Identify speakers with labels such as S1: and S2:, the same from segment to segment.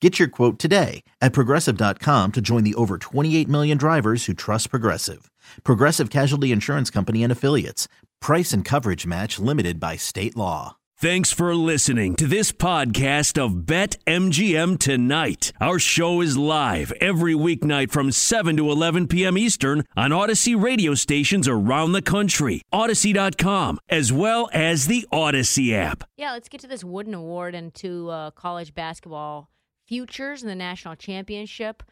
S1: Get your quote today at progressive.com to join the over 28 million drivers who trust Progressive. Progressive Casualty Insurance Company and Affiliates. Price and coverage match limited by state law.
S2: Thanks for listening to this podcast of Bet MGM Tonight. Our show is live every weeknight from 7 to 11 p.m. Eastern on Odyssey radio stations around the country, Odyssey.com, as well as the Odyssey app.
S3: Yeah, let's get to this Wooden Award and to uh, college basketball futures and the national championship.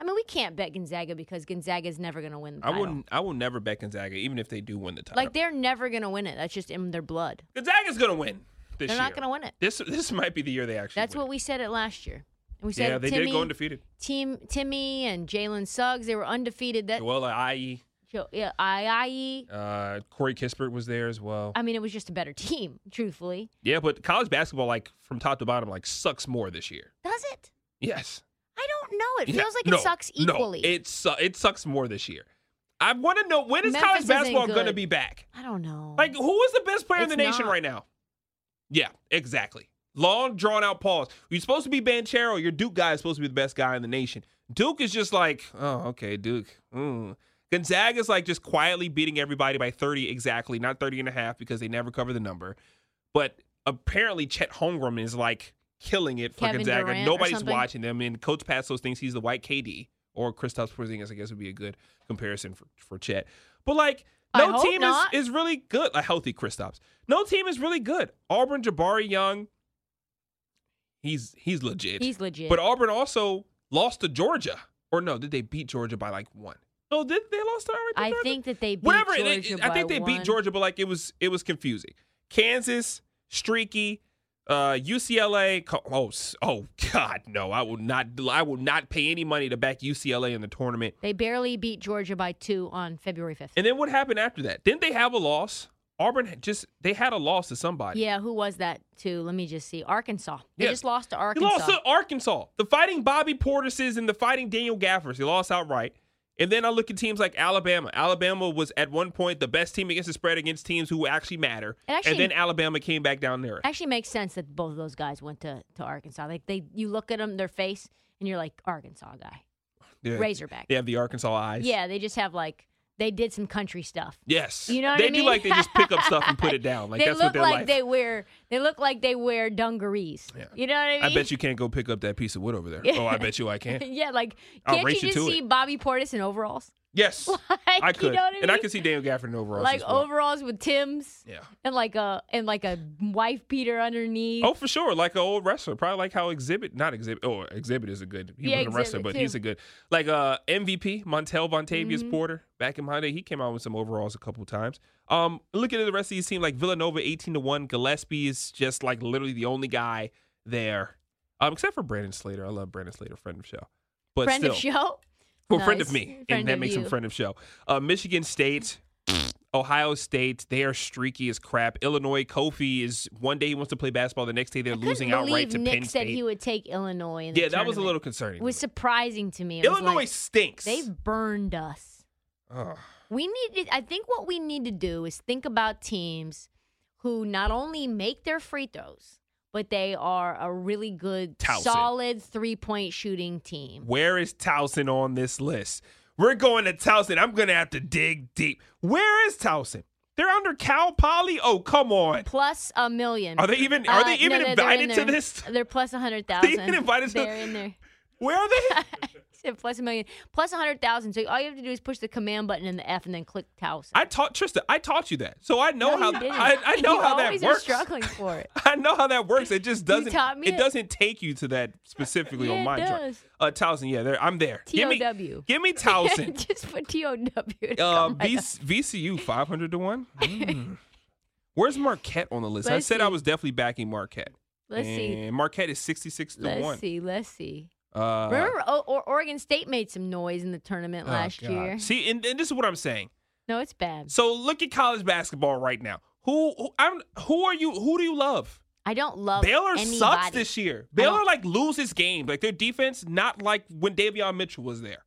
S3: I mean, we can't bet Gonzaga because Gonzaga is never going to win the
S4: I
S3: title.
S4: wouldn't. I will never bet Gonzaga, even if they do win the title.
S3: Like they're never going to win it. That's just in their blood.
S4: Gonzaga's gonna win this
S3: They're
S4: year.
S3: not gonna win it.
S4: This this might be the year they actually.
S3: That's
S4: win.
S3: what we said it last year. And we said
S4: Yeah, they
S3: Timmy,
S4: did go undefeated.
S3: Team Timmy and Jalen Suggs, they were undefeated. That
S4: Well, IE,
S3: Jo- yeah, I, E.
S4: uh, Corey Kispert was there as well.
S3: I, I mean, it was just a better team, truthfully.
S4: yeah, but college basketball, like from top to bottom, like sucks more this year.
S3: Does it?
S4: Yes.
S3: I don't know. It
S4: Yeah.
S3: feels like
S4: No,
S3: it sucks equally.
S4: No, it su- it sucks more this year. I want to know when is
S3: Memphis
S4: college
S3: isn't
S4: basketball gonna
S3: good.
S4: be back?
S3: I don't know.
S4: Like, who is the best player in
S3: It's
S4: the nation
S3: not.
S4: right now? Yeah, exactly. Long, drawn out pause. You're supposed to be Banchero. Your Duke guy is supposed to be the best guy in the nation. Duke is just like, oh, okay, Duke. Mm. Gonzaga is like just quietly beating everybody by 30 exactly, not 30 and a half because they never cover the number. But apparently, Chet Holmgren is like killing it for
S3: Kevin
S4: Gonzaga.
S3: Durant or
S4: Nobody's
S3: something?
S4: watching them. And Coach Passos thinks he's the white KD or Kristaps Porzingis, I guess would be a good comparison for, for Chet. But like,
S3: I
S4: no
S3: hope
S4: team is,
S3: not.
S4: is really good. A healthy Kristaps. No team is really good. Auburn, Jabari Young, he's he's legit.
S3: He's legit.
S4: But Auburn also lost to Georgia. Or no, did they beat Georgia by like one? No, did they lost to Auburn? to
S3: I
S4: Georgia?
S3: think that they beat
S4: Whatever.
S3: Georgia
S4: they- I think
S3: by
S4: they
S3: one.
S4: beat Georgia, but like it was it was confusing. Kansas, streaky. Uh, UCLA. co- Oh, s- oh God, no! I will not. I will not pay any money to back UCLA in the tournament.
S3: They barely beat Georgia by two on February 5th.
S4: And then what happened after that? Didn't they have a loss? Auburn had just they had a loss to somebody.
S3: Yeah, who was that to? Let me just see. Arkansas. They
S4: Yeah.
S3: just lost to
S4: They
S3: Arkansas.
S4: lost to Arkansas. The fighting Bobby Portises and the fighting Daniel Gaffers. They lost outright. And then I look at teams like Alabama. Alabama was at one point the best team against the spread against teams who actually matter.
S3: It actually-
S4: and then Alabama came back down there.
S3: Actually makes sense that both of those guys went to, to Arkansas. Like they you look at them their face and you're like Arkansas guy.
S4: Yeah.
S3: Razorback.
S4: They have the Arkansas eyes.
S3: Yeah, they just have like they did some country stuff.
S4: Yes.
S3: You know what
S4: they
S3: I mean?
S4: do like they just pick up stuff and put it down. Like
S3: they
S4: that's
S3: look
S4: what they're
S3: like
S4: like.
S3: they wear they look like they wear dungarees.
S4: Yeah.
S3: You know what I mean?
S4: I bet you can't go pick up that piece of wood over there. Oh, I bet you I can.
S3: yeah, like
S4: I'll
S3: can't you
S4: race you
S3: just
S4: to
S3: see
S4: it.
S3: Bobby Portis in overalls?
S4: Yes.
S3: Like,
S4: I could.
S3: You know what I mean?
S4: And I could see Daniel Gafford in overalls.
S3: like
S4: as well.
S3: overalls with Tim's
S4: Yeah.
S3: and like a and like a wife beater underneath.
S4: Oh, for sure. Like an old wrestler. Probably like how Exhibit, not Exhibit, oh, Exhibit is a good, he
S3: Yeah,
S4: wasn't a wrestler,
S3: Exhibit
S4: but
S3: too. Mm-hmm.
S4: he's a good, like uh, MVP, Montel Vontavious Porter, back in my day. He came out with some overalls a couple times. Um, Looking at the rest of his team, like Villanova 18 to 1, Gillespie is just like literally the only guy there, um, except for Brandon Slater. I love Brandon Slater, friend of show. But
S3: friend
S4: still,
S3: of show.
S4: Well, friend of
S3: Nice.
S4: me,
S3: Friend
S4: and that
S3: of
S4: makes him
S3: you.
S4: friend of show. Uh, Michigan State, Ohio State, they are streaky as crap. Illinois, Kofi is one day he wants to play basketball, the next day they're
S3: Couldn't
S4: losing outright
S3: believe
S4: to
S3: Nick
S4: Penn
S3: said
S4: State.
S3: he would take Illinois. In the
S4: yeah, that was a
S3: tournament.
S4: little concerning.
S3: It was surprising to me. It was
S4: Illinois
S3: like,
S4: stinks.
S3: they've burned us.
S4: Ugh.
S3: We need. To, I think what we need to do is think about teams who not only make their free throws, but they are a really good,
S4: Towson.
S3: solid three-point shooting team.
S4: Where is Towson on this list? We're going to Towson. I'm gonna have to dig deep. Where is Towson? They're under Cal Poly. Oh, come on.
S3: Plus a million.
S4: Are they even- are they
S3: no, no,
S4: even
S3: they're
S4: invited
S3: in there.
S4: to this?
S3: They're plus a hundred thousand.
S4: invited to-
S3: They're in there.
S4: Where are they?
S3: Said plus a million, plus a hundred thousand. So all you have to do is push the command button and the F, and then click Towson.
S4: I taught Trista. I taught you that, so I
S3: No,
S4: know how
S3: you didn't.
S4: I, I know
S3: You
S4: how that
S3: always
S4: works.
S3: Are struggling for it.
S4: I know how that works. It just doesn't.
S3: taught me
S4: it,
S3: it.
S4: doesn't take you to that specifically
S3: Yeah,
S4: on
S3: it
S4: my chart.
S3: does.
S4: Uh, Towson, yeah, there. I'm there. Give me,
S3: TOW.
S4: give me Towson.
S3: Just put T O W.
S4: uh, v- VCU 500 to one. Mm. Where's Marquette on the list? I
S3: Let's
S4: said I
S3: see.
S4: was definitely backing Marquette.
S3: Let's see.
S4: And Marquette is 66 to
S3: Let's
S4: one.
S3: see. Let's see.
S4: Uh,
S3: Remember, o- or Oregon State made some noise in the tournament
S4: oh,
S3: last
S4: God.
S3: year.
S4: See, and, and this is what I'm saying.
S3: No, it's bad.
S4: So look at college basketball right now. Who who, I'm, who are you? Who do you love?
S3: I don't love
S4: Baylor
S3: anybody.
S4: sucks this year. Baylor like loses games. Like their defense, not like when Davion Mitchell was there.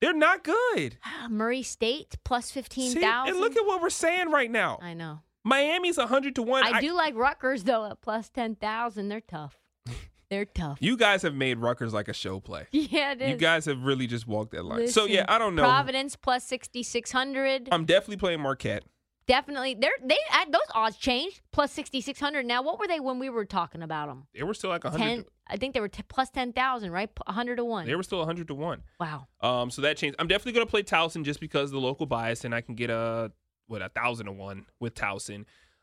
S4: They're not good.
S3: Murray State plus fifteen
S4: See, and look
S3: thousand.
S4: at what we're saying right now.
S3: I know.
S4: Miami's 100 to 1.
S3: I, do like Rutgers though at plus ten thousand. They're tough. They're tough.
S4: You guys have made Rutgers like a show play.
S3: yeah, it is.
S4: You guys have really just walked that line. so
S3: Listen,
S4: yeah, I don't know. Um,
S3: Providence plus sixty six hundred.
S4: I'm definitely playing Marquette.
S3: Definitely, they're they I, those odds changed plus sixty six hundred. Now, what were they when we were talking about them?
S4: They were still like 100.
S3: Ten. I think they were t- plus ten thousand, right? hundred to
S4: to,
S3: one.
S4: they were still 100 to 1.
S3: wow.
S4: Um, so that changed. I'm definitely gonna play Towson just because of the local bias, and I can get a what a thousand to one with Towson.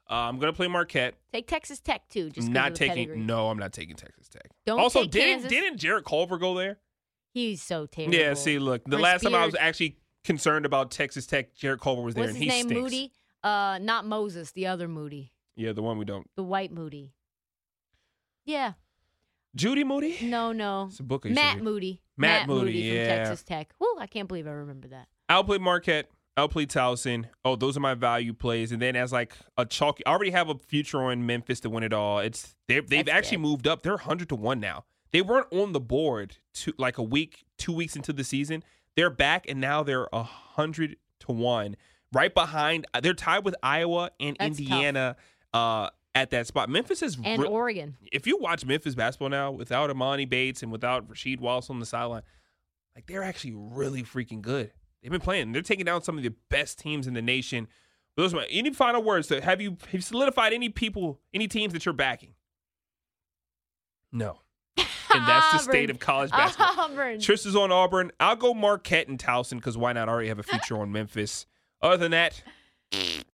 S4: Uh, I'm gonna play Marquette.
S3: Take Texas Tech too. Just 'cause of
S4: not
S3: the
S4: taking.
S3: pedigree.
S4: No, I'm not taking Texas Tech.
S3: Don't
S4: also,
S3: take
S4: didn't
S3: Kansas.
S4: didn't Jared Culver go there?
S3: He's so terrible.
S4: Yeah. See, look, the
S3: Or
S4: last time I
S3: Spears.
S4: was actually concerned about Texas Tech, Jared Culver was there,
S3: What's
S4: and
S3: his
S4: he
S3: name?
S4: stinks.
S3: Moody. Uh, not Moses. The other Moody.
S4: Yeah, the one we don't.
S3: The white Moody. Yeah.
S4: Judy Moody.
S3: No. No.
S4: It's a book. I used to
S3: Matt
S4: read.
S3: Moody.
S4: Matt Moody,
S3: from
S4: yeah.
S3: Texas Tech. Woo! I can't believe I remember that.
S4: I'll play Marquette. I'll play Towson. Oh, those are my value plays. And then as like a chalky, I already have a future on Memphis to win it all. It's they've, they've
S3: That's
S4: actually
S3: good.
S4: moved up. They're hundred to one now. They weren't on the board to like a week, two weeks into the season. They're back and now they're hundred to one, right behind. They're tied with Iowa and
S3: That's tough.
S4: Indiana uh, at that spot. Memphis is
S3: And
S4: re-
S3: Oregon.
S4: if you watch Memphis basketball now without Amani Bates and without Rasheed Wallace on the sideline, like they're actually really freaking good. They've been playing. They're taking down some of the best teams in the nation. But those are my, any final words? That have you have you solidified any people, any teams that you're backing? No. And that's the state
S3: Auburn.
S4: of college basketball.
S3: Auburn.
S4: Trish is on Auburn. I'll go Marquette and Towson because why not? I already have a future on Memphis. Other than that,